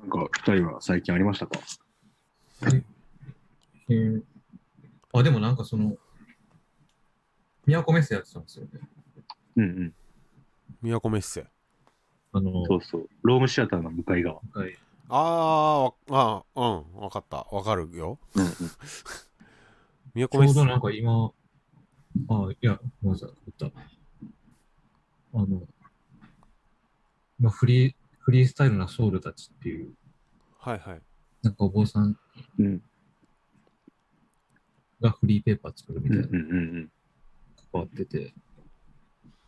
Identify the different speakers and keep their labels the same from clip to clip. Speaker 1: 二人は最近ありましたか
Speaker 2: えーあ、でもなんかその、宮古メッセやってたんですよね。
Speaker 1: うんうん。
Speaker 3: 宮古メッセ。
Speaker 2: あの、
Speaker 1: そうそう。ロームシアターの向かい側。
Speaker 2: はい
Speaker 3: あーわあ、うん、わかった。わかるよ。
Speaker 1: うんうん。
Speaker 3: 宮
Speaker 2: ちょ
Speaker 3: 古メ
Speaker 2: う
Speaker 3: ッ
Speaker 2: ど
Speaker 3: セ。
Speaker 2: なんか今、あ、いや、まずは言った。あの、今フリー、フリースタイルなソウルたちっていう、
Speaker 3: はいはい。
Speaker 2: なんかお坊さん
Speaker 1: うん
Speaker 2: がフリーペーパー作るみ
Speaker 1: う
Speaker 2: たい
Speaker 1: ん
Speaker 2: な
Speaker 1: うんうん
Speaker 2: 関わってて、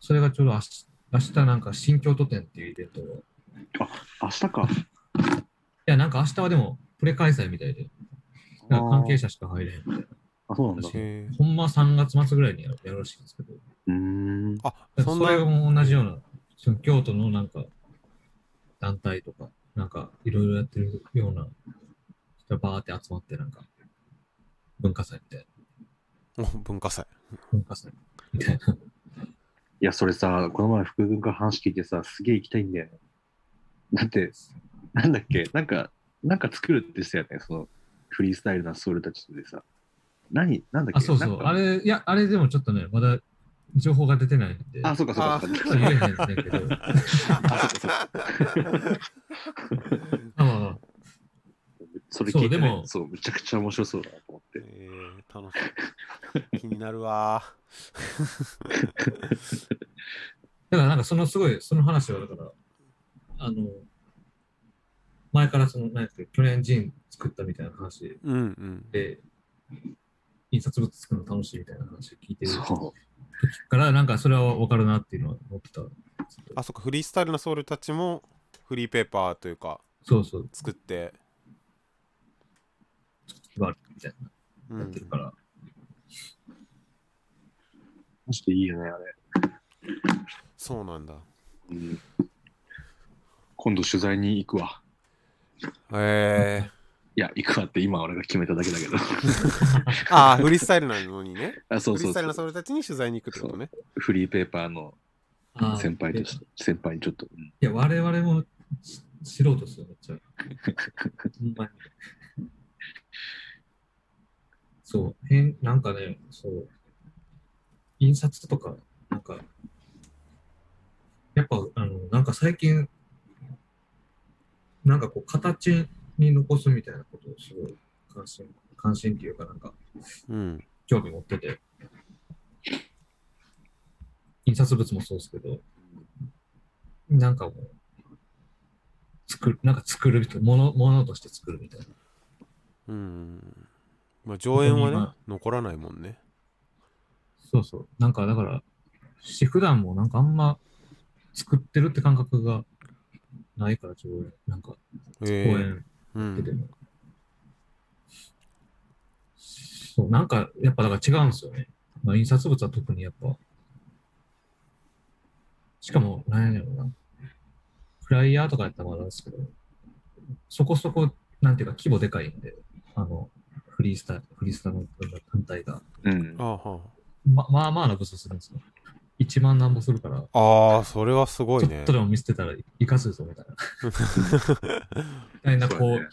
Speaker 2: それがちょうど明日、明日なんか新京都展っていうイベントが、い
Speaker 1: 明日か。
Speaker 2: や、なんか明日はでもプレ開催みたいで、なんか関係者しか入れへん。
Speaker 1: あ、そうなんだ。
Speaker 3: へー
Speaker 2: ほんま3月末ぐらいにやるやるらしいんですけど、
Speaker 1: うーん。
Speaker 3: あ、
Speaker 2: だか
Speaker 3: そ
Speaker 2: ら
Speaker 3: ん
Speaker 2: そ
Speaker 3: な
Speaker 2: れ。も同じような、その京都のなんか団体とか、なんかいろいろやってるような人がバーって集まって、なんか文化祭みたいな、
Speaker 3: お文化祭。
Speaker 2: 文化祭みたいな。
Speaker 1: いや、それさ、この前福君から話聞いてさ、すげえ行きたいんだよね。だって、なんだっけ、なんか、なんか作るってしたよね、その、フリースタイルなソウルたちでさ。何なんだっけ
Speaker 2: あ、そうそ
Speaker 1: なん
Speaker 2: う。
Speaker 1: か
Speaker 2: あれ、いや、あれでもちょっとね、まだ情報が出てないんで、
Speaker 1: あ、そうかそうか
Speaker 3: あ
Speaker 1: そうか。
Speaker 2: 言えへんねんけど、
Speaker 1: あ、そうか
Speaker 2: あ まあ
Speaker 1: そ
Speaker 2: まあ
Speaker 1: うか。 それ聞いて、
Speaker 2: そうで
Speaker 1: ね
Speaker 2: も、
Speaker 1: そう、むちゃくちゃ面白そうだなと思って。
Speaker 3: えー、楽し い。気になるわ
Speaker 2: だからなんかそのすごい、その話はだから、あの、前からその、なんやったっけ去年ジン作ったみたいな話
Speaker 3: ー。うんうん。
Speaker 2: で、印刷物作るの楽しいみたいな話を聞いてる
Speaker 1: そ
Speaker 2: から、なんかそれは分かるなっていうのは思ってた。
Speaker 3: あ、そっか。フリースタイルなソウルたちもフリーペーパーというか、
Speaker 2: そうそう、
Speaker 3: 作って。
Speaker 2: 気があるみたいな
Speaker 3: う
Speaker 2: やってる
Speaker 3: ん
Speaker 2: か。ら、
Speaker 1: う。マジでいいよね、あれ。
Speaker 3: そうなんだ。
Speaker 1: うん、今度取材に行くわ。
Speaker 3: へえ
Speaker 1: いや、行くわって今俺が決めただけだ けど。
Speaker 3: ー。ああ、フリースタイルなのにね。
Speaker 1: あ、そう
Speaker 3: フリ
Speaker 1: そ
Speaker 3: ー
Speaker 1: う
Speaker 3: スタ
Speaker 1: そ
Speaker 3: イルな
Speaker 1: う
Speaker 3: ソウルたちに取材に行くってことね。
Speaker 1: フリーペーパーの
Speaker 2: あー
Speaker 1: 先輩と
Speaker 2: い
Speaker 1: して、先輩にちょっと。うん
Speaker 2: や、我々もし素人ですよ、めっちゃ。ほんまにそう、変、なんかね、そう、印刷とか、なんか、やっぱ、あの、なんか最近、なんかこう、形に残すみたいなことをすごい関心、関心っていうか、なんか、
Speaker 3: うん。
Speaker 2: 興味持ってて、印刷物もそうですけど、なんかもう、作る、なんか作るみたいな、もの、ものとして作るみたいな。
Speaker 3: うん。まあ、上演
Speaker 2: ここに
Speaker 3: はね
Speaker 2: 今、
Speaker 3: 残らないもんね。
Speaker 2: そうそう。なんかだから、し、普段もなんかあんま作ってるって感覚がないから、ちょうど、なんか公
Speaker 3: へえー。
Speaker 2: 演
Speaker 3: う
Speaker 2: 出て
Speaker 3: ん。
Speaker 2: も。そう、なんかやっぱだから違うんですよね。まあ、印刷物は特にやっぱ。しかも、なんやろうな。フライヤーとかやったらまだですけど、そこそこ、なんていうか規模でかいんで、あの、フリースタ、フリースタの団体が。
Speaker 1: うん
Speaker 3: あ。ーは
Speaker 2: ままあまあな物数するんですよ。1万何ぼするから、
Speaker 3: ああー、それはすご
Speaker 2: ち
Speaker 3: い
Speaker 2: ょっ
Speaker 3: ね
Speaker 2: と。でも見捨てたら生かすぞみたいな。みたいな、
Speaker 1: そう
Speaker 2: こ
Speaker 1: や
Speaker 2: う
Speaker 1: ね、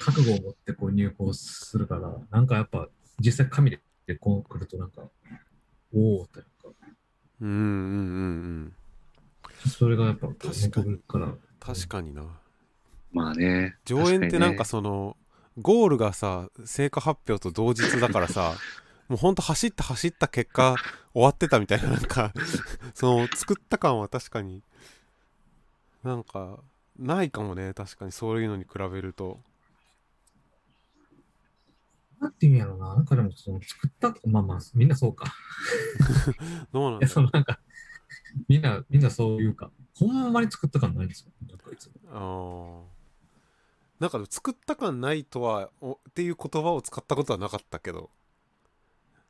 Speaker 2: 覚悟を持ってこう入稿するから、なんかやっぱ実際紙でこう来るとなんか、おおってなんか、
Speaker 3: うんうんうんうん。
Speaker 2: それがやっぱこう
Speaker 3: 確かに
Speaker 2: 残るから、
Speaker 3: 確かにな。
Speaker 1: まあね。
Speaker 3: 上演ってなんか
Speaker 1: 確
Speaker 3: その、ゴールがさ、成果発表と同日だからさ、 もうほんと走った走った結果、終わってたみたいな、なんか、 その、作った感は確かに、なんか、ないかもね、確かに、そういうのに比べると。
Speaker 2: なんていうんやろうな、なんかでもその作った、まあまあ、みんなそうか。
Speaker 3: どうなん
Speaker 2: いや、
Speaker 3: だ
Speaker 2: そ
Speaker 3: ろう
Speaker 2: のなんか、みんな、みんなそういうか、ほんまに作った感ないんですよ。なんかいつも。
Speaker 3: あーなんかでも作った感ないとはおっていう言葉を使ったことはなかったけど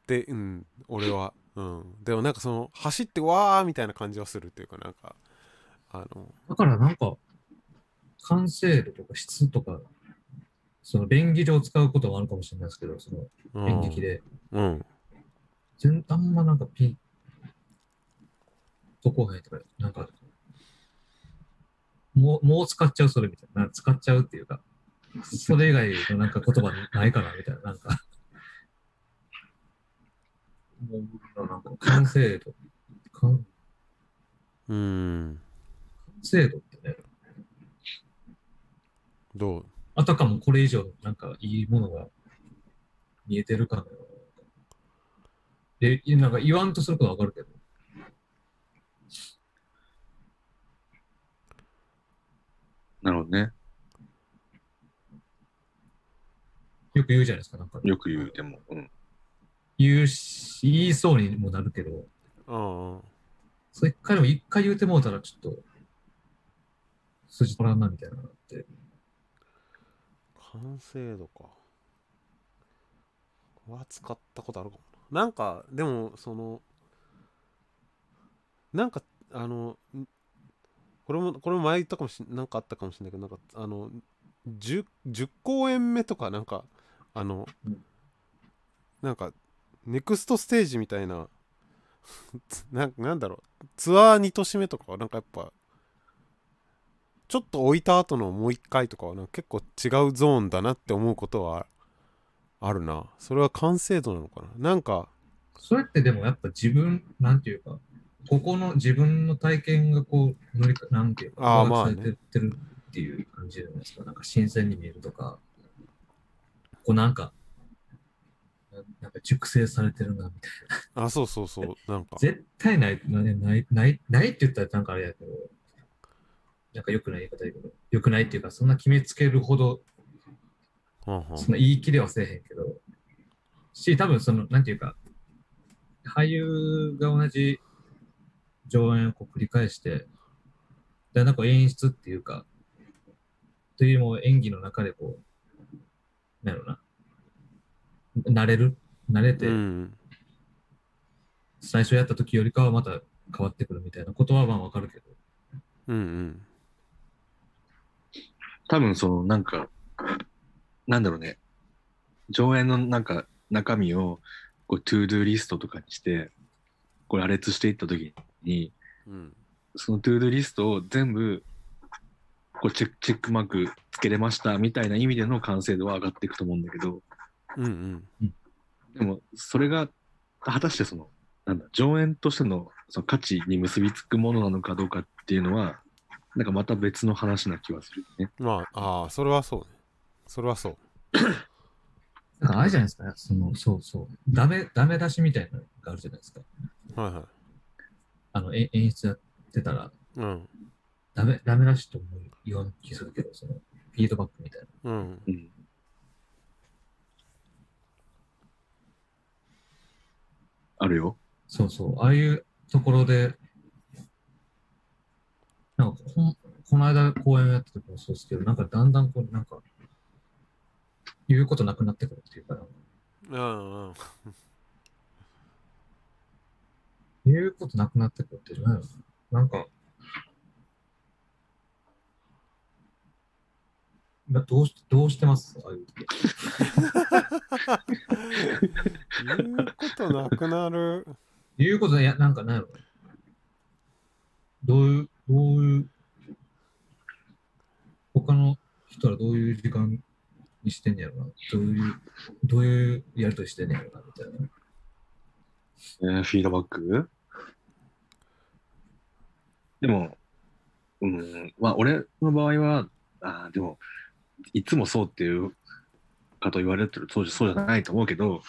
Speaker 3: でうん俺はうんでもなんかその走ってわーみたいな感じはするっていうかなんかあの
Speaker 2: だからなんか、完成度とか質とか、その演技上使うこともあるかもしれないですけど、その
Speaker 3: うん
Speaker 2: 演劇で、
Speaker 3: うん
Speaker 2: 全あんまなんかピン、そこがないとか、なんか、もう、もう使っちゃうそれみたいな、使っちゃうっていうか、それ以外のなんか言葉ないかなみたいな、なんか。もう僕のなんか完成度、完
Speaker 3: うん
Speaker 2: 完成度ってね、
Speaker 3: どう
Speaker 2: あたかもこれ以上なんかいいものが見えてるかのような。で、なんか言わんとすることはわかるけど、
Speaker 1: なるほどね。
Speaker 2: よく言うじゃないですか、なんか。
Speaker 1: よく言うても。うん。
Speaker 2: 言うし、言いそうにもなるけど、
Speaker 3: ああ
Speaker 2: それ一回でも一回言うてもうたらちょっと、筋取らんなみたいなのがあって。
Speaker 3: 完成度かは使ったことあるかもななんかでもそのなんかあのんこれもこれも前言ったかもしんなんかあったかもしれないけどなんかあの 10, 10公演目とかなんかあの、
Speaker 2: うん
Speaker 3: なんかネクストステージみたいな つなんなんだろうツアー2年目とかはなんかやっぱちょっと置いた後のもう一回とかはなんか結構違うゾーンだなって思うことはあるなそれは完成度なのかななんか
Speaker 2: それってでもやっぱ自分、なんていうか、ここの自分の体験がこう、乗りかなんていうか、
Speaker 3: あ
Speaker 2: 上
Speaker 3: ー
Speaker 2: 書き
Speaker 3: まあ
Speaker 2: さ
Speaker 3: ね
Speaker 2: れてってるっていう感じじゃないですか。なんか新鮮に見えるとか、こうなんか、ななんか熟成されてるなみたいな。
Speaker 3: あそうそうそうなんか
Speaker 2: 絶対ない、ない、ない、ないないって言ったらなんかあれやけど、なんか良くない言い方だけど、良くないっていうか、そんな決めつけるほど
Speaker 3: はんはん
Speaker 2: その言い切れはせえへんけど、し、多分その、なんていうか、俳優が同じ上演をこう繰り返して、で、なんか演出っていうか、というよりも演技の中でこう、なんやろうな、慣れる、慣れて、
Speaker 3: うん
Speaker 2: 最初やった時よりかはまた変わってくるみたいなことはまあわかるけど、
Speaker 3: うんうん
Speaker 1: 多分その、なんか、なんだろうね。上演のなんか中身を、こう、トゥードゥーリストとかにして、こう、羅列していったときに、
Speaker 3: うん
Speaker 1: そのトゥードゥーリストを全部、こうチェック、チェックマークつけれましたみたいな意味での完成度は上がっていくと思うんだけど、
Speaker 3: うんうん
Speaker 1: でも、それが、果たしてその、なんだ、上演としてのその価値に結びつくものなのかどうかっていうのは、なんかまた別の話な気はするね。
Speaker 3: まああーそれはそうねそれはそう
Speaker 2: なんかあれじゃないですか、その、そうそう、ダメ、ダメ出しみたいなのがあるじゃないですか。
Speaker 3: はいはい
Speaker 2: あの、え演出やってたら、
Speaker 3: うん
Speaker 2: ダメ、ダメらしいとも言わん気するけど、その、フィードバックみたいな。
Speaker 3: うん
Speaker 1: うん。あるよ。
Speaker 2: そうそう、ああいうところで、なんかこん、この間公演をやった時もそうですけど、なんかだんだんこう、なんか、言うことなくなってくるっていうか、なんか
Speaker 3: うんうん
Speaker 2: 言うことなくなってくるっていうか、なんか、などうしどうしてますああいう時
Speaker 3: 言うことなくなる
Speaker 2: 言うことないいや、なんかなんやろ。どういう、どういう、他の人はどういう時間にしてんねやろな。どういう、どういうやりとりしてんねやろな、みたいな。
Speaker 1: えーフィードバックでも、うん、まあ、俺の場合は、あーでも、いつもそうっていうかと言われてる当時そうじゃないと思うけど、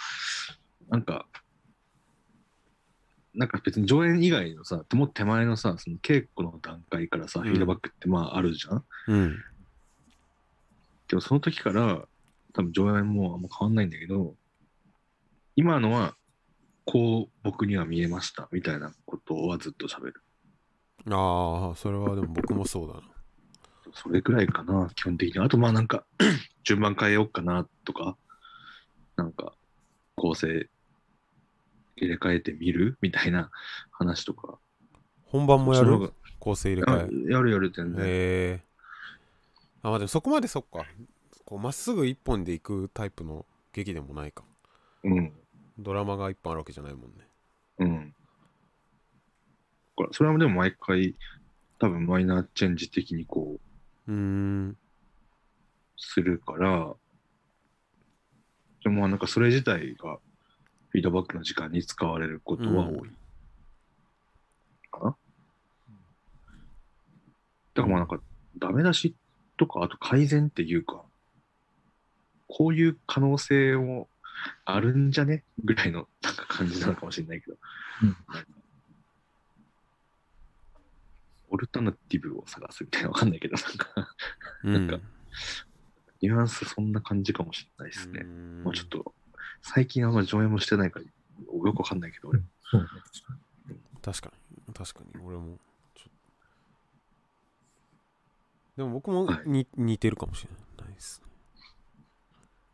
Speaker 1: なんか、なんか別に上演以外のさ、もっと手前のさ、その稽古の段階からさ、
Speaker 3: うん
Speaker 1: フィードバックってまああるじゃん。
Speaker 3: うん
Speaker 1: でもその時から、多分上演もあんま変わんないんだけど、今のは、こう僕には見えましたみたいなことはずっと喋る。
Speaker 3: ああそれはでも僕もそうだな
Speaker 1: それくらいかな、基本的には。あと、まあなんか、 順番変えようかなとか、なんか、構成入れ替えてみるみたいな話とか。
Speaker 3: 本番もや
Speaker 1: その方
Speaker 3: る
Speaker 1: が
Speaker 3: 構成入れ
Speaker 1: あ
Speaker 3: 替え
Speaker 1: やるやる全然。
Speaker 3: へえあまあでもそこまでそっかこうまっすぐ一本で行くタイプの劇でもないか
Speaker 1: うん。
Speaker 3: ドラマが一本あるわけじゃないもんね
Speaker 1: うん。これそれはでも毎回、多分マイナーチェンジ的にこう、
Speaker 3: うーん
Speaker 1: するから、でもまあなんかそれ自体がフィードバックの時間に使われることは多い。かなだからまあなんかダメ出しとか、あと改善っていうか、こういう可能性もあるんじゃねぐらいのなんか感じなのかもしれないけど、
Speaker 2: うん
Speaker 1: なんかオルタナティブを探すみたいなわかんないけど、なんか。
Speaker 3: うん
Speaker 1: なんかニュアンスそんな感じかもしれないですね。
Speaker 3: うん
Speaker 1: まあちょっと、最近あんま上映もしてないから、よくわかんないけど、俺も。
Speaker 2: そうね、確かに。
Speaker 3: 確かに確かに俺もちょでも僕もに似てるかもしれないです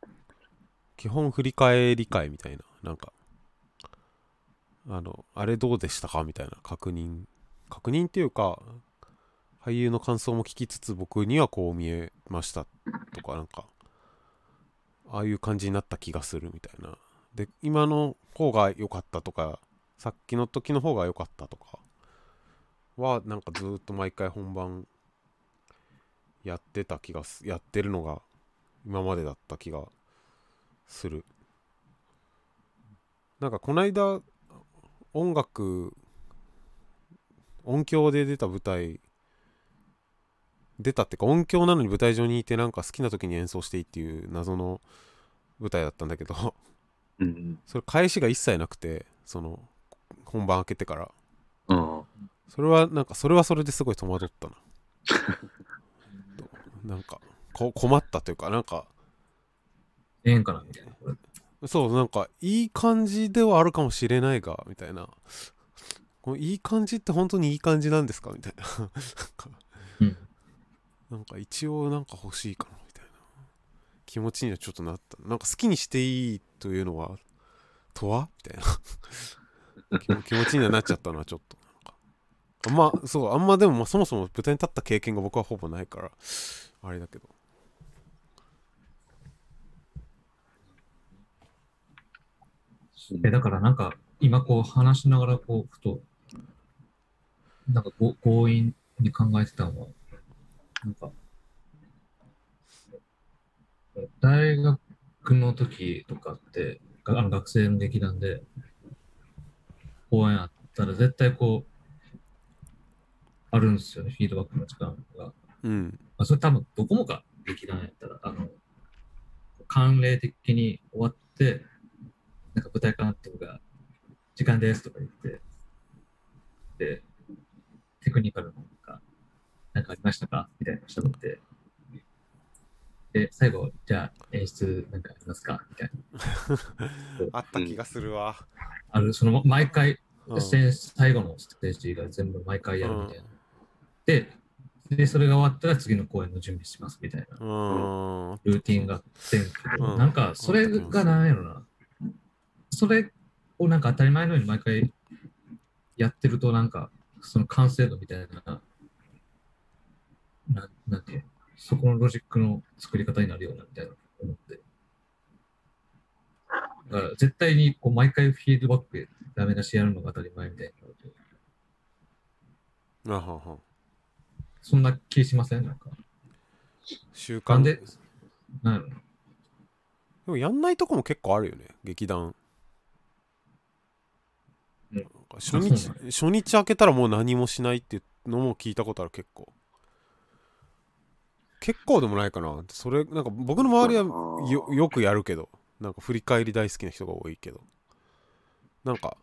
Speaker 3: ね基本振り返り会みたいななんかあのあれどうでしたかみたいな確認確認っていうか俳優の感想も聞きつつ僕にはこう見えましたとかなんかああいう感じになった気がするみたいなで今の方が良かったとかさっきの時の方が良かったとかはなんかずーっと毎回本番やってた気がすやってるのが今までだった気がするなんかこないだ音楽音響で出た舞台出たってか音響なのに舞台上にいてなんか好きな時に演奏していいっていう謎の舞台だったんだけど
Speaker 1: うん
Speaker 3: それ返しが一切なくてその本番開けてから
Speaker 1: うん。あ
Speaker 3: それはなんかそれはそれですごい戸惑ったな どなんかこ困ったというかなんか
Speaker 2: ええんかなみたいな。これ
Speaker 3: そうなんかいい感じではあるかもしれないがみたいなこのいい感じって本当にいい感じなんですかみたいななんか
Speaker 2: うん。
Speaker 3: なんか一応なんか欲しいかなみたいな気持ちにはちょっとなったなんか好きにしていいというのはとはみたいな 気も気持ちにはなっちゃったのはちょっとなんかあんまそうあんまでもまあそもそも舞台に立った経験が僕はほぼないからあれだけど
Speaker 2: え、だからなんか、今こう話しながら、こう、ふと、なんかご強引に考えてたのは、なんか、大学の時とかって、があの学生の劇団で、公演あったら絶対こう、あるんですよね、フィードバックの時間が。
Speaker 3: うん
Speaker 2: まあ、それ多分どこもが劇団やったら、あの、慣例的に終わって、なんか舞台監督が、時間ですとか言って、で、テクニカルのなんか、なんかありましたかみたいな人がって、で、最後、じゃあ演出なんかありますかみたいな。
Speaker 3: あった気がするわ、
Speaker 2: ある、その、毎回、
Speaker 3: うん
Speaker 2: 先最後のステージが全部毎回やるみたいな
Speaker 3: う。
Speaker 2: で、で、それが終わったら次の公演の準備しますみたいな。
Speaker 3: んうん
Speaker 2: ルーティンがあってんけど、
Speaker 3: うん
Speaker 2: なんかそれがなんやろな。それをなんか当たり前のように毎回やってると、なんかその完成度みたいな、なんなんていうのそこのロジックの作り方になるようなみたいな思って。だから絶対にこう毎回フィードバックでダメ出しやるのが当たり前みたいになると、
Speaker 3: あはんはん
Speaker 2: そんな気しませんなんか。
Speaker 3: 習
Speaker 2: な
Speaker 3: 慣
Speaker 2: ん
Speaker 3: で
Speaker 2: で、なんやろな。
Speaker 3: でもやんないとこも結構あるよね劇団
Speaker 2: うん
Speaker 3: なんか初日
Speaker 2: そうな
Speaker 3: 初日開けたらもう何もしないっていうのも聞いたことある結構結構でもないかなそれなんか僕の周りはよよくやるけどなんか振り返り大好きな人が多いけどなんか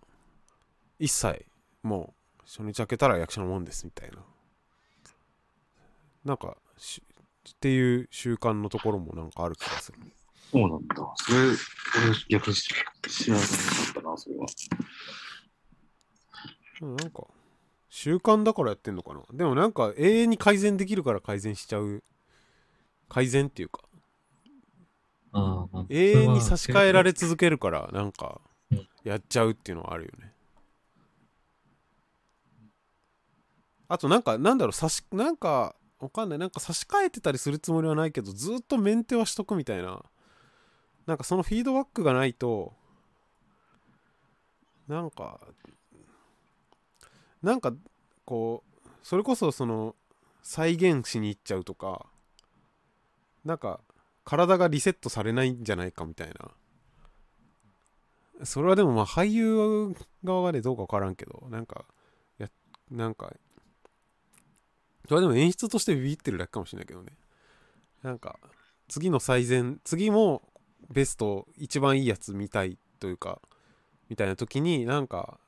Speaker 3: 一切もう初日開けたら役者のもんですみたいななんかしっていう習慣のところもなんかある気がする
Speaker 1: そうなんだ。それ、俺逆に知らなかったな、それは。
Speaker 3: うんなんか習慣だからやってんのかなでもなんか永遠に改善できるから改善しちゃう改善っていうか
Speaker 2: あーまあ
Speaker 3: 永遠に差し替えられ続けるからなんか
Speaker 2: うん
Speaker 3: やっちゃうっていうのはあるよねあとなんかなんだろう差しなんかわかんないなんか差し替えてたりするつもりはないけどずっとメンテはしとくみたいななんかそのフィードバックがないとなんかなんかこうそれこそその再現しに行っちゃうとかなんか体がリセットされないんじゃないかみたいなそれはでもまあ俳優側がねどうか分からんけどなんかやなんかそれはでも演出としてビビってるだけかもしれないけどねなんか次の最善次もベスト一番いいやつ見たいというかみたいな時になんか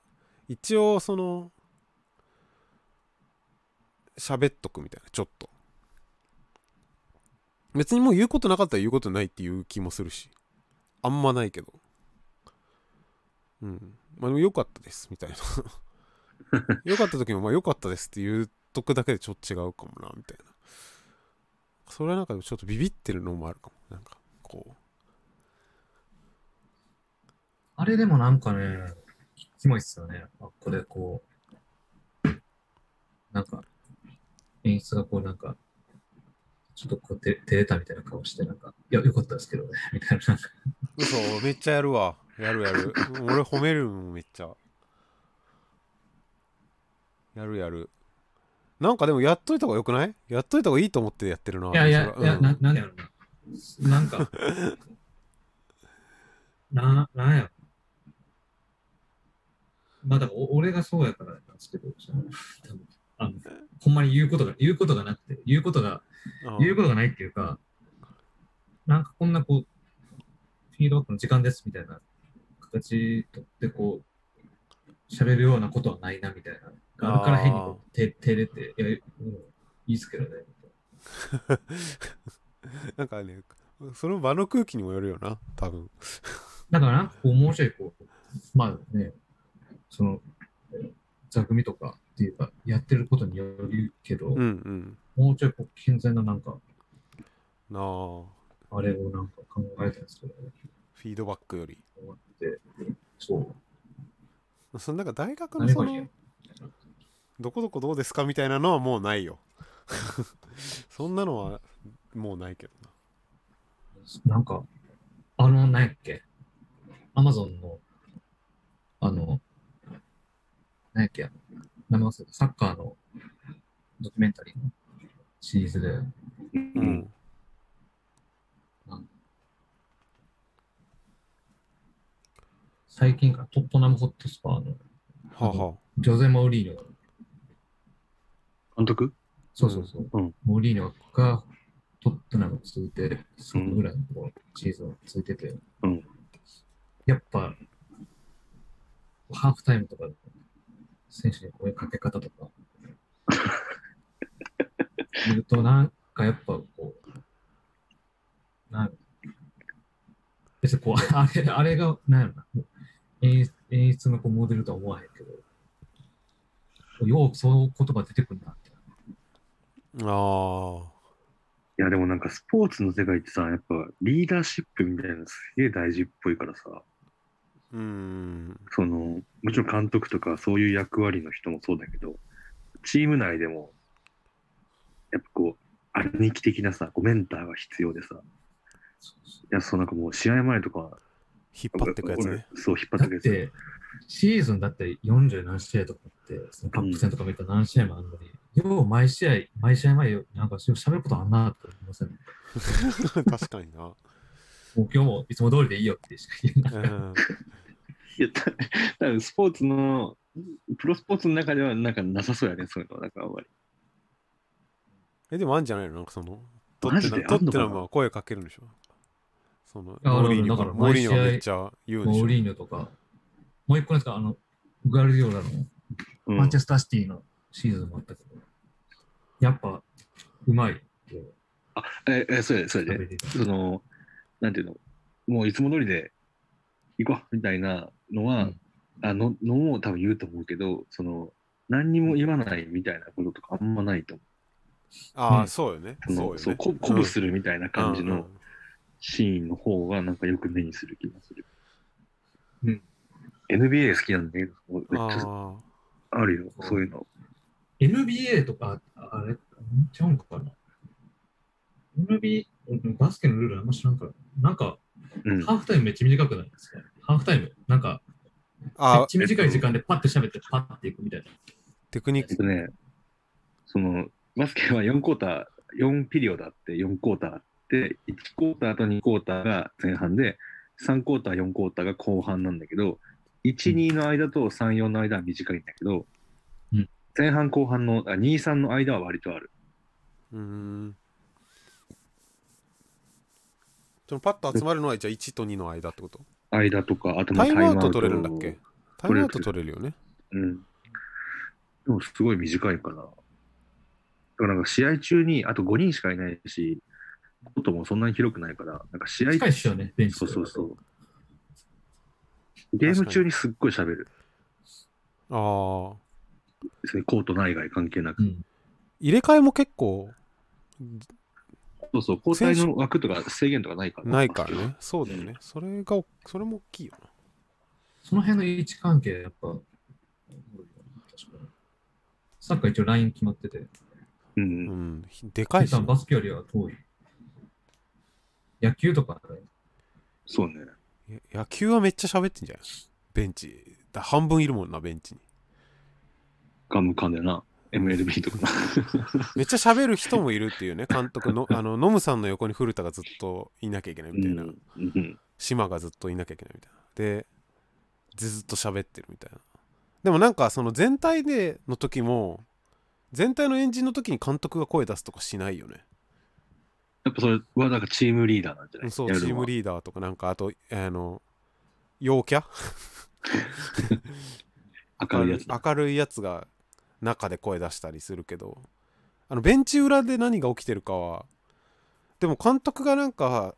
Speaker 3: 一応その喋っとくみたいなちょっと別にもう言うことなかったら言うことないっていう気もするしあんまないけどうんまあでも良かったですみたい な良かった時もまあ良かったですって言うとくだけでちょっと違うかもなみたいなそれはなんかちょっとビビってるのもあるかもなんかこう
Speaker 2: あれでもなんかね、キモいっすよね。あっこでこう、なんか、演出がこうなんか、ちょっとこうて照れたみたいな顔して、なんか、いや、よかったですけどね、みたいな、なんか、
Speaker 3: 嘘めっちゃやるわやるやる俺褒めるもんめっちゃやるやるなんかでもやっといた方がよくないやっといた方がいいと思ってやってるない
Speaker 2: やいや
Speaker 3: 私、はい
Speaker 2: や、
Speaker 3: うん
Speaker 2: ななんやろな。なん か、な、なんやろ。まあ、だからお俺がそうやからなんですけど、その多分あのほんまに言うことが、言うことがなくて、言うことが、
Speaker 3: うん
Speaker 2: 言うことがないっていうか、なんかこんなこう、フィードバックの時間ですみたいな形とってこう、喋るようなことはないなみたいな。あるから変にこうて照れて、いや、もういいっすけどね。みたい
Speaker 3: なんかねその場の空気にもよるよな多分
Speaker 2: なだからなんかこう、面白いこう、まあね、その、座組とかっていうか、やってることによるけど、
Speaker 3: うんうん
Speaker 2: もうちょいこう、健全ななんか、
Speaker 3: なあ
Speaker 2: あれをなんか考えたんですけど、ね、
Speaker 3: フィードバックより
Speaker 2: 思って、そう。
Speaker 3: そのなんか大学の
Speaker 2: 何
Speaker 3: そ
Speaker 2: これ
Speaker 3: のどこどこどうですかみたいなのはもうないよ そんなのはもうないけどな
Speaker 2: なんか、あの、何やっけアマゾンの、あの、何やっけ名前忘れた。サッカーのドキュメンタリーのシリーズで、
Speaker 1: う。
Speaker 3: うんん
Speaker 2: 最近からトットナムホットスパーの
Speaker 3: はあはあ
Speaker 2: ジョゼ・モーリーニョが、
Speaker 1: 監督
Speaker 2: そうそうそう、
Speaker 1: うん
Speaker 2: モーリーニョがトットナムに続いて、そのぐらいのこうシーズン続いてて、
Speaker 1: うん
Speaker 2: やっぱ、ハーフタイムとか、選手に声かけ方と か、見ると、なんかやっぱこう、なん別にこう、 あれあれが、なんやろな、演出演出のこうモデルとは思わへんけど、ようそう言葉出てくるなって。
Speaker 3: ああ
Speaker 1: いや、でもなんかスポーツの世界ってさ、やっぱリーダーシップみたいなのすげえ大事っぽいからさ、
Speaker 3: うん
Speaker 1: その、もちろん監督とかそういう役割の人もそうだけど、チーム内でも、やっぱこう、兄貴的なさ、こうメンターが必要でさ、いや、そうなんかもう試合前とか、
Speaker 3: 引っ張ってくやつね
Speaker 1: 俺そう、引っ張っ
Speaker 2: だ
Speaker 1: て
Speaker 2: っ
Speaker 1: くやつ。
Speaker 2: て、シーズンだって40何試合とかって、そのカップ戦とか見たら何試合もあるのに、よう毎試合、毎試合前よ、なんかそう喋ることあんなって思いません、も
Speaker 3: 確かにな
Speaker 2: う今日もいつも通りでいいよってしか言えない。
Speaker 3: うん
Speaker 1: いや、た多分スポーツの、プロスポーツの中ではなんかなさそうやね、そういうのは。なんかあんまり。
Speaker 3: え、でもあんじゃないのなんかその、ト
Speaker 1: マ
Speaker 3: ッ
Speaker 1: ジ
Speaker 3: テ
Speaker 1: で
Speaker 3: ナ
Speaker 1: あ
Speaker 3: ト
Speaker 1: んのか
Speaker 3: ッテ
Speaker 1: な
Speaker 3: ナムは声かけるんでしょその、
Speaker 2: あ
Speaker 3: モーリーニョ
Speaker 2: だ
Speaker 3: か
Speaker 2: から
Speaker 3: モーリーニョが
Speaker 2: 毎試合
Speaker 3: めっちゃ言うん
Speaker 2: モ
Speaker 3: でし
Speaker 2: ー
Speaker 3: ょ
Speaker 2: リーニョとか、もう一個なんですか、あの、ガルディオラの、
Speaker 1: うん
Speaker 2: マンチェスターシティのシーズンもあったけど、やっぱ、うまいって
Speaker 1: え、え、そうやで、そうやで
Speaker 2: 喋。れてた
Speaker 1: その、なんていうの、もういつも通りで行こうみたいなのは、
Speaker 2: うん
Speaker 1: あののを多分言うと思うけど、その、何にも言わないみたいなこととかあんまないと思
Speaker 3: あ
Speaker 2: う
Speaker 3: あ、
Speaker 2: ん
Speaker 3: そうよね。
Speaker 1: う。
Speaker 3: そう
Speaker 1: そ
Speaker 3: よ
Speaker 1: う
Speaker 3: ね。
Speaker 1: そうこ鼓舞するみたいな感じ
Speaker 3: うんう
Speaker 1: の
Speaker 3: ん
Speaker 1: シーンの方がなんかよく目にする気がする。
Speaker 2: うん。
Speaker 1: NBA 好きなんだけど、めっちゃ
Speaker 3: ああ、
Speaker 1: あるよ、そういうの。
Speaker 2: NBA とか、ああれ、んちゃうんかな ?NBA、バスケのルールあんま知らんから、なんか、
Speaker 1: うん。
Speaker 2: ハーフタイムめっちゃ短くないですかハーフタイム、なんか、め
Speaker 3: あ
Speaker 2: っ
Speaker 3: あ
Speaker 2: ちゃ短い時間でパッて喋って、パッていくみたいな。
Speaker 3: テクニ
Speaker 1: えっ
Speaker 3: ッ
Speaker 1: と
Speaker 3: ク。
Speaker 1: ね、その、バスケは4クォーター、4ピリオだって4クォーターって、1クォーターと2クォーターが前半で、3クォーター、4クォーターが後半なんだけど、1、2の間と3、4の間は短いんだけど、
Speaker 2: うん
Speaker 1: 前半、後半の、あ2、3の間は割とある。
Speaker 3: うーんそのパッと集まるのはじゃあ1と2の間ってこと
Speaker 1: 間とか、あとま
Speaker 3: タ
Speaker 1: あ
Speaker 3: イムアウト取れるんだっけタイ
Speaker 1: 取
Speaker 3: ム
Speaker 1: れ
Speaker 3: ア
Speaker 1: る
Speaker 3: ウト取れるよね
Speaker 1: うん。でもすごい短いかな。だからなんか試合中に、あと5人しかいないし、コートもそんなに広くないから、なんか試合
Speaker 2: 近いっすよね、ベンチ
Speaker 1: そう
Speaker 2: とか
Speaker 1: そうそう。ゲーム中にすっごい喋る。
Speaker 3: ああ
Speaker 1: 別にコート内外関係な
Speaker 2: う
Speaker 1: く。
Speaker 2: ん。
Speaker 3: 入れ替えも結構
Speaker 1: そうそう、交代の枠とか制限とかないから。
Speaker 3: ないからねそうだよねそれがそれも大きいよな
Speaker 2: その辺の位置関係、やっぱ、確かにサッカー一応ライン決まってて、
Speaker 1: う。
Speaker 3: うんんでかいし
Speaker 2: 普段バスケよりは遠い。野球とか、ね、
Speaker 1: そうね。
Speaker 3: いや野球はめっちゃ喋ってんじゃんベンチだ半分いるもんなベンチに
Speaker 1: ガム噛んでな。MLB とかな。
Speaker 3: めっちゃ喋る人もいるっていうね監督 のあのノムさんの横に古田がずっといなきゃいけないみたいな、
Speaker 1: うんうん
Speaker 3: 島がずっといなきゃいけないみたいなでずっと喋ってるみたいなでもなんかその全体での時も全体のエンジンの時に監督が声出すとかしないよね
Speaker 1: やっぱそれはなんかチームリーダーなんじゃない
Speaker 3: そうチーム
Speaker 1: リー
Speaker 3: リーダーとかなんかあとあの陽キャ
Speaker 1: ダー。
Speaker 3: 明
Speaker 1: 明
Speaker 3: る
Speaker 1: るい
Speaker 3: い
Speaker 1: や
Speaker 3: や
Speaker 1: つ
Speaker 3: つ
Speaker 1: だ。
Speaker 3: が中で声出したりするけどあのベンチ裏で何が起きてるかはでも監督がなんか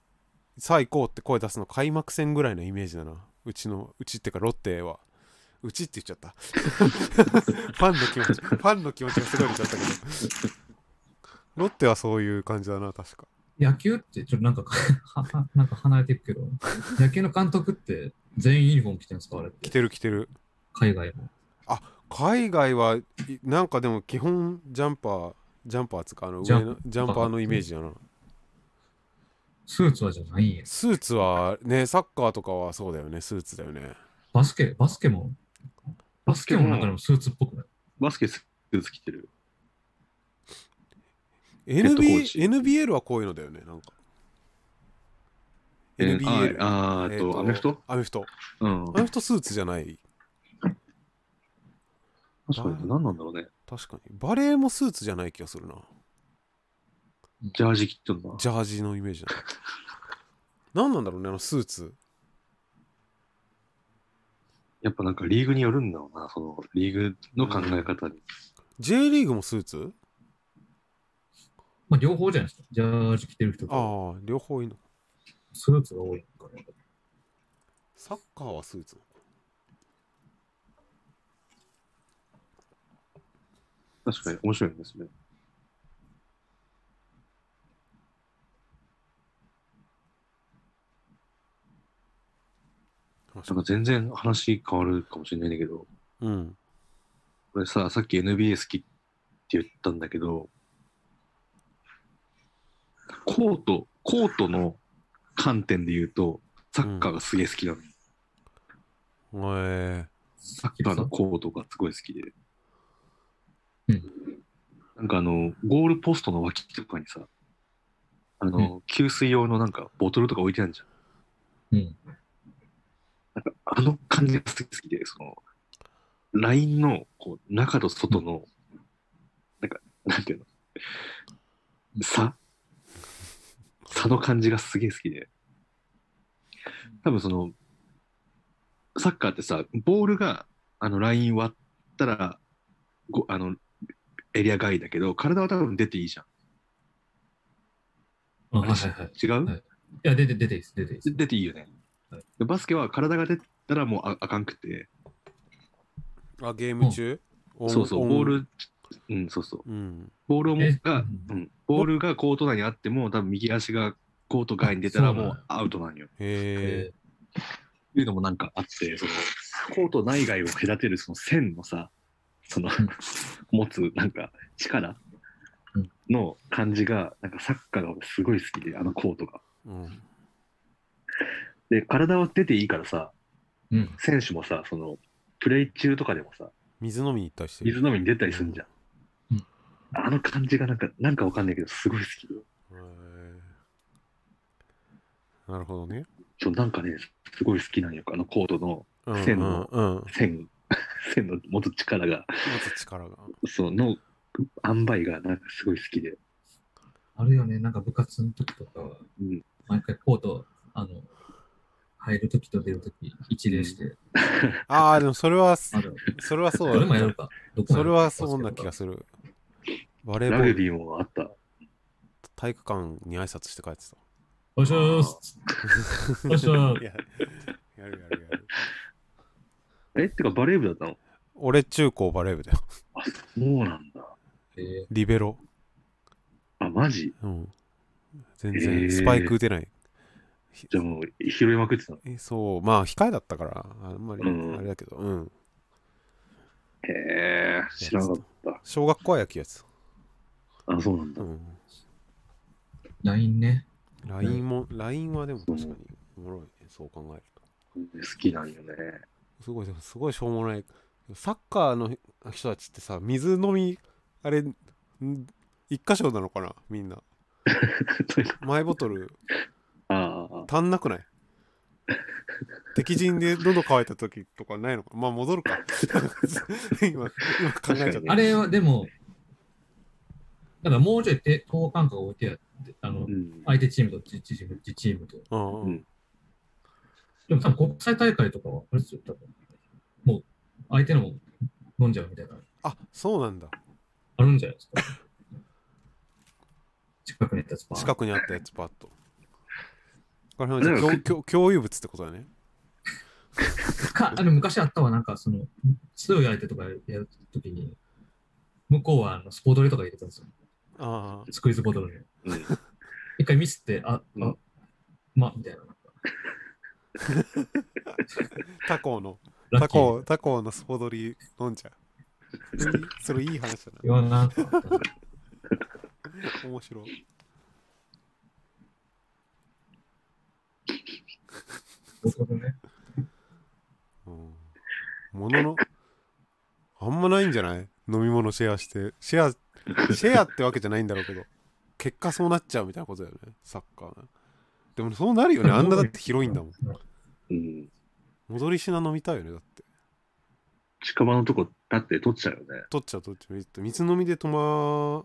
Speaker 3: 「さあ行こう」って声出すの開幕戦ぐらいのイメージだなうちのうちっていうかロッテはうちって言っちゃった ファンの気持ちファンの気持ちがすごい出ちゃったけどロッテはそういう感じだな確か
Speaker 2: 野球ってちょっとなんか はは、なんか離れてるけど、野球の監督って全員ユニフォーム着てるんですかあれっ
Speaker 3: 来
Speaker 2: て。
Speaker 3: てる来てる
Speaker 2: 海外も。
Speaker 3: 海外はいなんかでも基本ジャンパージャンパーつうかあの上のジャンパーのイメージだな
Speaker 2: スーツはじゃないんや。
Speaker 3: スーツはね、サッカーとかはそうだよね、スーツだよね。
Speaker 2: バスケ、バスケも、バスケもなんかでもスーツっぽくない。
Speaker 1: バスケスーツ着てる。ッドコーチ
Speaker 3: NB NBL はこういうのだよね、なんか。
Speaker 1: えー
Speaker 3: NBL。
Speaker 1: あーあー
Speaker 3: え
Speaker 1: え
Speaker 3: ー
Speaker 1: っと、アメフト
Speaker 3: アメフト。
Speaker 1: うん。
Speaker 3: アメフトスーツじゃない。
Speaker 1: 確かに。何なんだろうね。
Speaker 3: 確かに。バレーもスーツじゃない気がするな。
Speaker 1: ジャージ着てんな。
Speaker 3: ジャージのイメー ジだな。何なんだろうね、あのスーツ。
Speaker 1: やっぱなんかリーグによるんだろうな、そのリーグの考え方に。
Speaker 3: J リーグもスーツ
Speaker 2: まあ両方じゃないですか。ジャージ着てる人と
Speaker 3: ああ、両方いいの。
Speaker 2: スーツが多いから。
Speaker 3: サッカーはスーツ。
Speaker 1: 確かに面白いんですね。なんか全然話変わるかもしれないんだけど、
Speaker 3: うん。
Speaker 1: これさ、さっき NBA 好きって言ったんだけど、コート、コートの観点で言うと、サッカーがすげえ好きなの。
Speaker 3: えー、
Speaker 1: サッカーのコートがすごい好きで。
Speaker 2: うん
Speaker 1: なんかあの、ゴールポストの脇とかにさ、あの、
Speaker 2: う
Speaker 1: 給水用のなんかボトルとか置いてあるじゃん。
Speaker 2: うん。
Speaker 1: なんかあの感じがすごい好きで、その、ラインのこう中と外の、なんか、なんていうの、差差の感じがすげえ好きで。多分その、サッカーってさ、ボールがあのライン割ったら、ごあのエリア外だけど、体は多分出ていいじゃん。
Speaker 2: あはいはいはい。
Speaker 1: 違
Speaker 2: い
Speaker 1: う、
Speaker 2: はいや、出て、出ていいです。出ていいです。
Speaker 1: 出ていいよね
Speaker 2: はい。
Speaker 1: でバスケは体が出たらもうああかんくて、
Speaker 3: あ、ゲーム中、オン
Speaker 1: そうそう、
Speaker 3: オン
Speaker 1: ボール、うん、そうそう、
Speaker 3: うん。
Speaker 1: ボールをも
Speaker 2: え
Speaker 1: が、
Speaker 2: う
Speaker 1: うん、ボールがコート内にあっても、多分右足がコート外に出たら
Speaker 2: そうな
Speaker 1: も
Speaker 2: んや
Speaker 1: うアウトなんよ。
Speaker 3: へえ。
Speaker 1: いうのもなんかあって、そのコート内外を隔てるその線のさ、その
Speaker 2: ん
Speaker 1: 持つなんか力
Speaker 2: うん
Speaker 1: の感じが、なんかサッカーが俺すごい好きで、あのコートが。
Speaker 3: うん。
Speaker 1: で、体は出ていいからさ、
Speaker 2: うん。
Speaker 1: 選手もさ、そのプレイ中とかでもさ、
Speaker 3: 水飲みに行ったりしてる
Speaker 1: 水飲みに出たりするじゃん。
Speaker 2: うん
Speaker 1: あの感じがなんか、なんかわかんないけど、すごい好きで。
Speaker 3: へーなるほどね。
Speaker 1: ちょなんかね、すごい好きなんよ。あのコードの
Speaker 3: うんうん
Speaker 1: 線の
Speaker 3: うん。持
Speaker 1: 線、 線の持つ力が、
Speaker 3: つ力が。
Speaker 1: その塩梅がなんかすごい好きで。
Speaker 2: あるよね、なんか部活の時とかは、
Speaker 1: うん
Speaker 2: 毎回コート、あの、入る時と出る時一礼して、
Speaker 3: ああ、でもそれは、
Speaker 2: ある。
Speaker 3: それはそう
Speaker 2: どれ
Speaker 3: だ
Speaker 2: もや
Speaker 3: ね
Speaker 2: る。か。どこも
Speaker 3: そ
Speaker 2: や
Speaker 3: れ
Speaker 2: る
Speaker 3: は
Speaker 2: か
Speaker 3: そうな気がする。バレー
Speaker 1: ラ
Speaker 3: ボー
Speaker 1: グ
Speaker 3: ル
Speaker 1: ビーもあった。
Speaker 3: 体育館に挨拶して帰ってた。
Speaker 2: おいし ょーす。おいしょー。
Speaker 3: ややるやるやる。
Speaker 1: え、ってかバレー部だったの
Speaker 3: 俺中高バレー部だよ。
Speaker 1: あ、そうなんだ。
Speaker 2: えー
Speaker 3: リベロ。
Speaker 1: あ、マジ
Speaker 3: うん。全
Speaker 1: へ
Speaker 3: 然
Speaker 1: ー
Speaker 3: スパイク打てない。ひ
Speaker 1: じゃあもう拾いまくってたの。
Speaker 3: えそう、まあ控えだったから、あんまり
Speaker 1: うん
Speaker 3: あれだけど、うん。
Speaker 1: へえ、知らなかった。
Speaker 3: 小学校は野球やつ。
Speaker 1: あ、そうなんだ
Speaker 3: う。ん。
Speaker 2: LINE ね。
Speaker 3: LINE も、LINE はでも確かにおもろいね、そう考えると。
Speaker 1: 好きなんよ ね。
Speaker 3: すごい、すごいしょうもない。サッカーの人たちってさ、水飲み、あれ、ん一箇所なのかな、みんな。マイボトル
Speaker 1: ああ、
Speaker 3: 足んなくない敵陣で喉乾いた時とかないのかまあ戻 るか今今考えちゃっ
Speaker 1: 確
Speaker 3: た
Speaker 1: か
Speaker 2: あれはでも、だからもうちょい抵抗感覚を置いてやって、あの
Speaker 1: う、ん。
Speaker 2: 相手チームと自チーム、自チームと。
Speaker 3: うんうん
Speaker 1: うん
Speaker 2: でも多分国際大会とかは、あれですよ、多分。もう、相手のも飲んじゃうみたいな、
Speaker 3: あそうなんだ
Speaker 2: あるんじゃないですか。 近くに行ったスパー
Speaker 3: 近くにあったやつパッとこれはじゃあ
Speaker 1: でも
Speaker 3: 共共共有物ってことだね
Speaker 2: かあの昔あったわ、なんかその、強い相手とかやるときに、向こうはあのスポドリとか入れてたんですよ。
Speaker 3: ああ
Speaker 2: スクイズボトルに。
Speaker 1: うん
Speaker 2: 一回ミスって、あ、
Speaker 1: う
Speaker 2: あ
Speaker 1: ん、
Speaker 2: ま、みたいな。
Speaker 3: 他校の
Speaker 2: ラ
Speaker 3: 他
Speaker 2: ッキー。
Speaker 3: 校他校のスポドリ飲んじゃういいそれいい話だ
Speaker 2: いや、なんか あったな、
Speaker 3: な面白い
Speaker 2: 僕もね、
Speaker 3: うんもののあんまないんじゃない飲み物シェアしてシェアシェアってわけじゃないんだろうけど、結果そうなっちゃうみたいなことだよね、サッカーね。でもそうなるよね、あんなだって広いんだもん。
Speaker 1: うん。
Speaker 3: 戻り品飲みたいよね、だって。
Speaker 1: 近場のとこだって取っちゃうよね。
Speaker 3: 取っちゃう取っちゃう。えっと水飲みで泊ま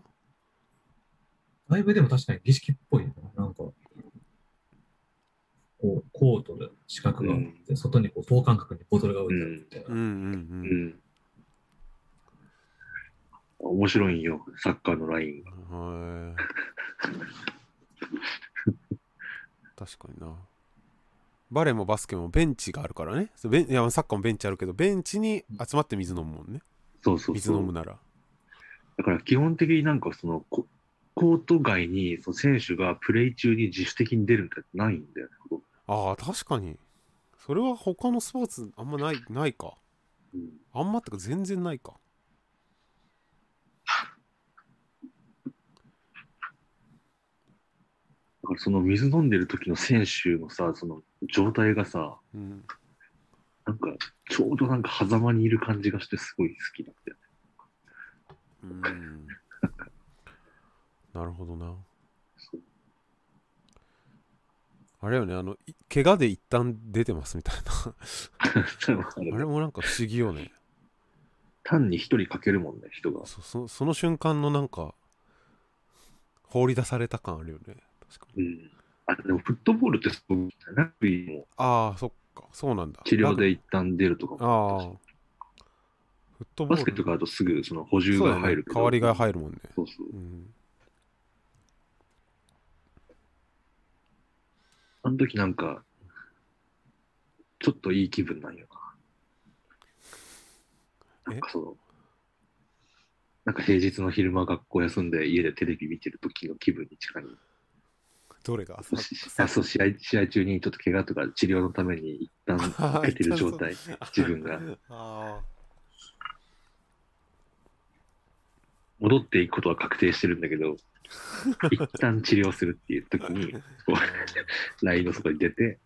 Speaker 2: だいぶでも確かに儀式っぽいな。なんか、こう、コートで四角があって、外にこう、等間隔にボトルが置いてあるみたいな。
Speaker 3: うんうん
Speaker 1: う
Speaker 3: うん。
Speaker 1: ん。面白いんよ、サッカーのラインが。
Speaker 3: はい。確かにな。バレーもバスケもベンチがあるからね。そうベンいやサッカーもベンチあるけど、ベンチに集まって水飲むもんね。
Speaker 1: そうそう
Speaker 3: 水
Speaker 1: そ
Speaker 3: 飲む
Speaker 1: う。
Speaker 3: なら。
Speaker 1: だから基本的になんかそのココート外にその選手がプレイ中に自主的に出るみたいなのないんだよね。ここ
Speaker 3: ああ、確かに。それは他のスポーツあんまない、ないか。
Speaker 1: うん
Speaker 3: あんまってか全然ないか。
Speaker 1: だからその水飲んでる時の選手のさ、その状態がさ、
Speaker 3: うん。
Speaker 1: なんかちょうどなんか狭間にいる感じがしてすごい好きなんだよね。
Speaker 3: うん。なるほどな。
Speaker 1: そう
Speaker 3: あれよね、あの、い怪我で一旦出てますみたいな。
Speaker 1: そう いうのある
Speaker 3: あれもなんか不思議よね。
Speaker 1: 単に一人かけるもんね、人が。
Speaker 3: そそその瞬間のなんか、放り出された感あるよね。確かに。
Speaker 1: うん。あ、でもフットボールってそうみたいな。ラグビーも
Speaker 3: ああ、そっか。そうなんだ。
Speaker 1: 治療で一旦出るとかもあ
Speaker 3: ああ
Speaker 1: ったし。。
Speaker 3: フットボ
Speaker 1: バ
Speaker 3: ー
Speaker 1: スケ
Speaker 3: ル
Speaker 1: ットがあとすぐその補充
Speaker 3: そう
Speaker 1: が
Speaker 3: だ
Speaker 1: 入
Speaker 3: よね
Speaker 1: るけど。
Speaker 3: 代わりが入るもんね。
Speaker 1: そうそう。
Speaker 3: うん。
Speaker 1: あの時なんか、ちょっといい気分なんよな。
Speaker 3: え
Speaker 1: なんかその、なんか平日の昼間学校休んで家でテレビ見てる時の気分に近い。
Speaker 3: どれが
Speaker 1: そしあそう試合試合中にちょっと怪我とか治療のために一旦 出てる状態、自分が
Speaker 3: あ
Speaker 1: 戻っていくことは確定してるんだけど、一旦治療するっていう時に、こ
Speaker 3: あ。
Speaker 1: う、LINE の外に出て、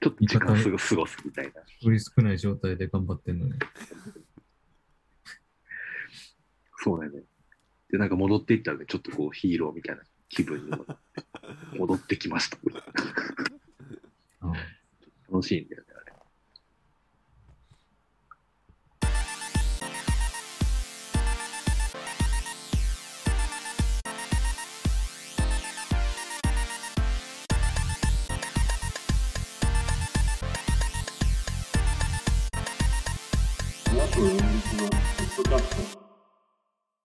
Speaker 1: ちょっと時間すご過ごすみたいな。
Speaker 2: より少ない状態で頑張ってんのに。
Speaker 1: そうだよね。で、なんか戻っていったらね、ちょっとこうヒーローみたいな気分にもなって戻ってきました。楽しいんだよね、あれ。
Speaker 4: Natural Resource Production.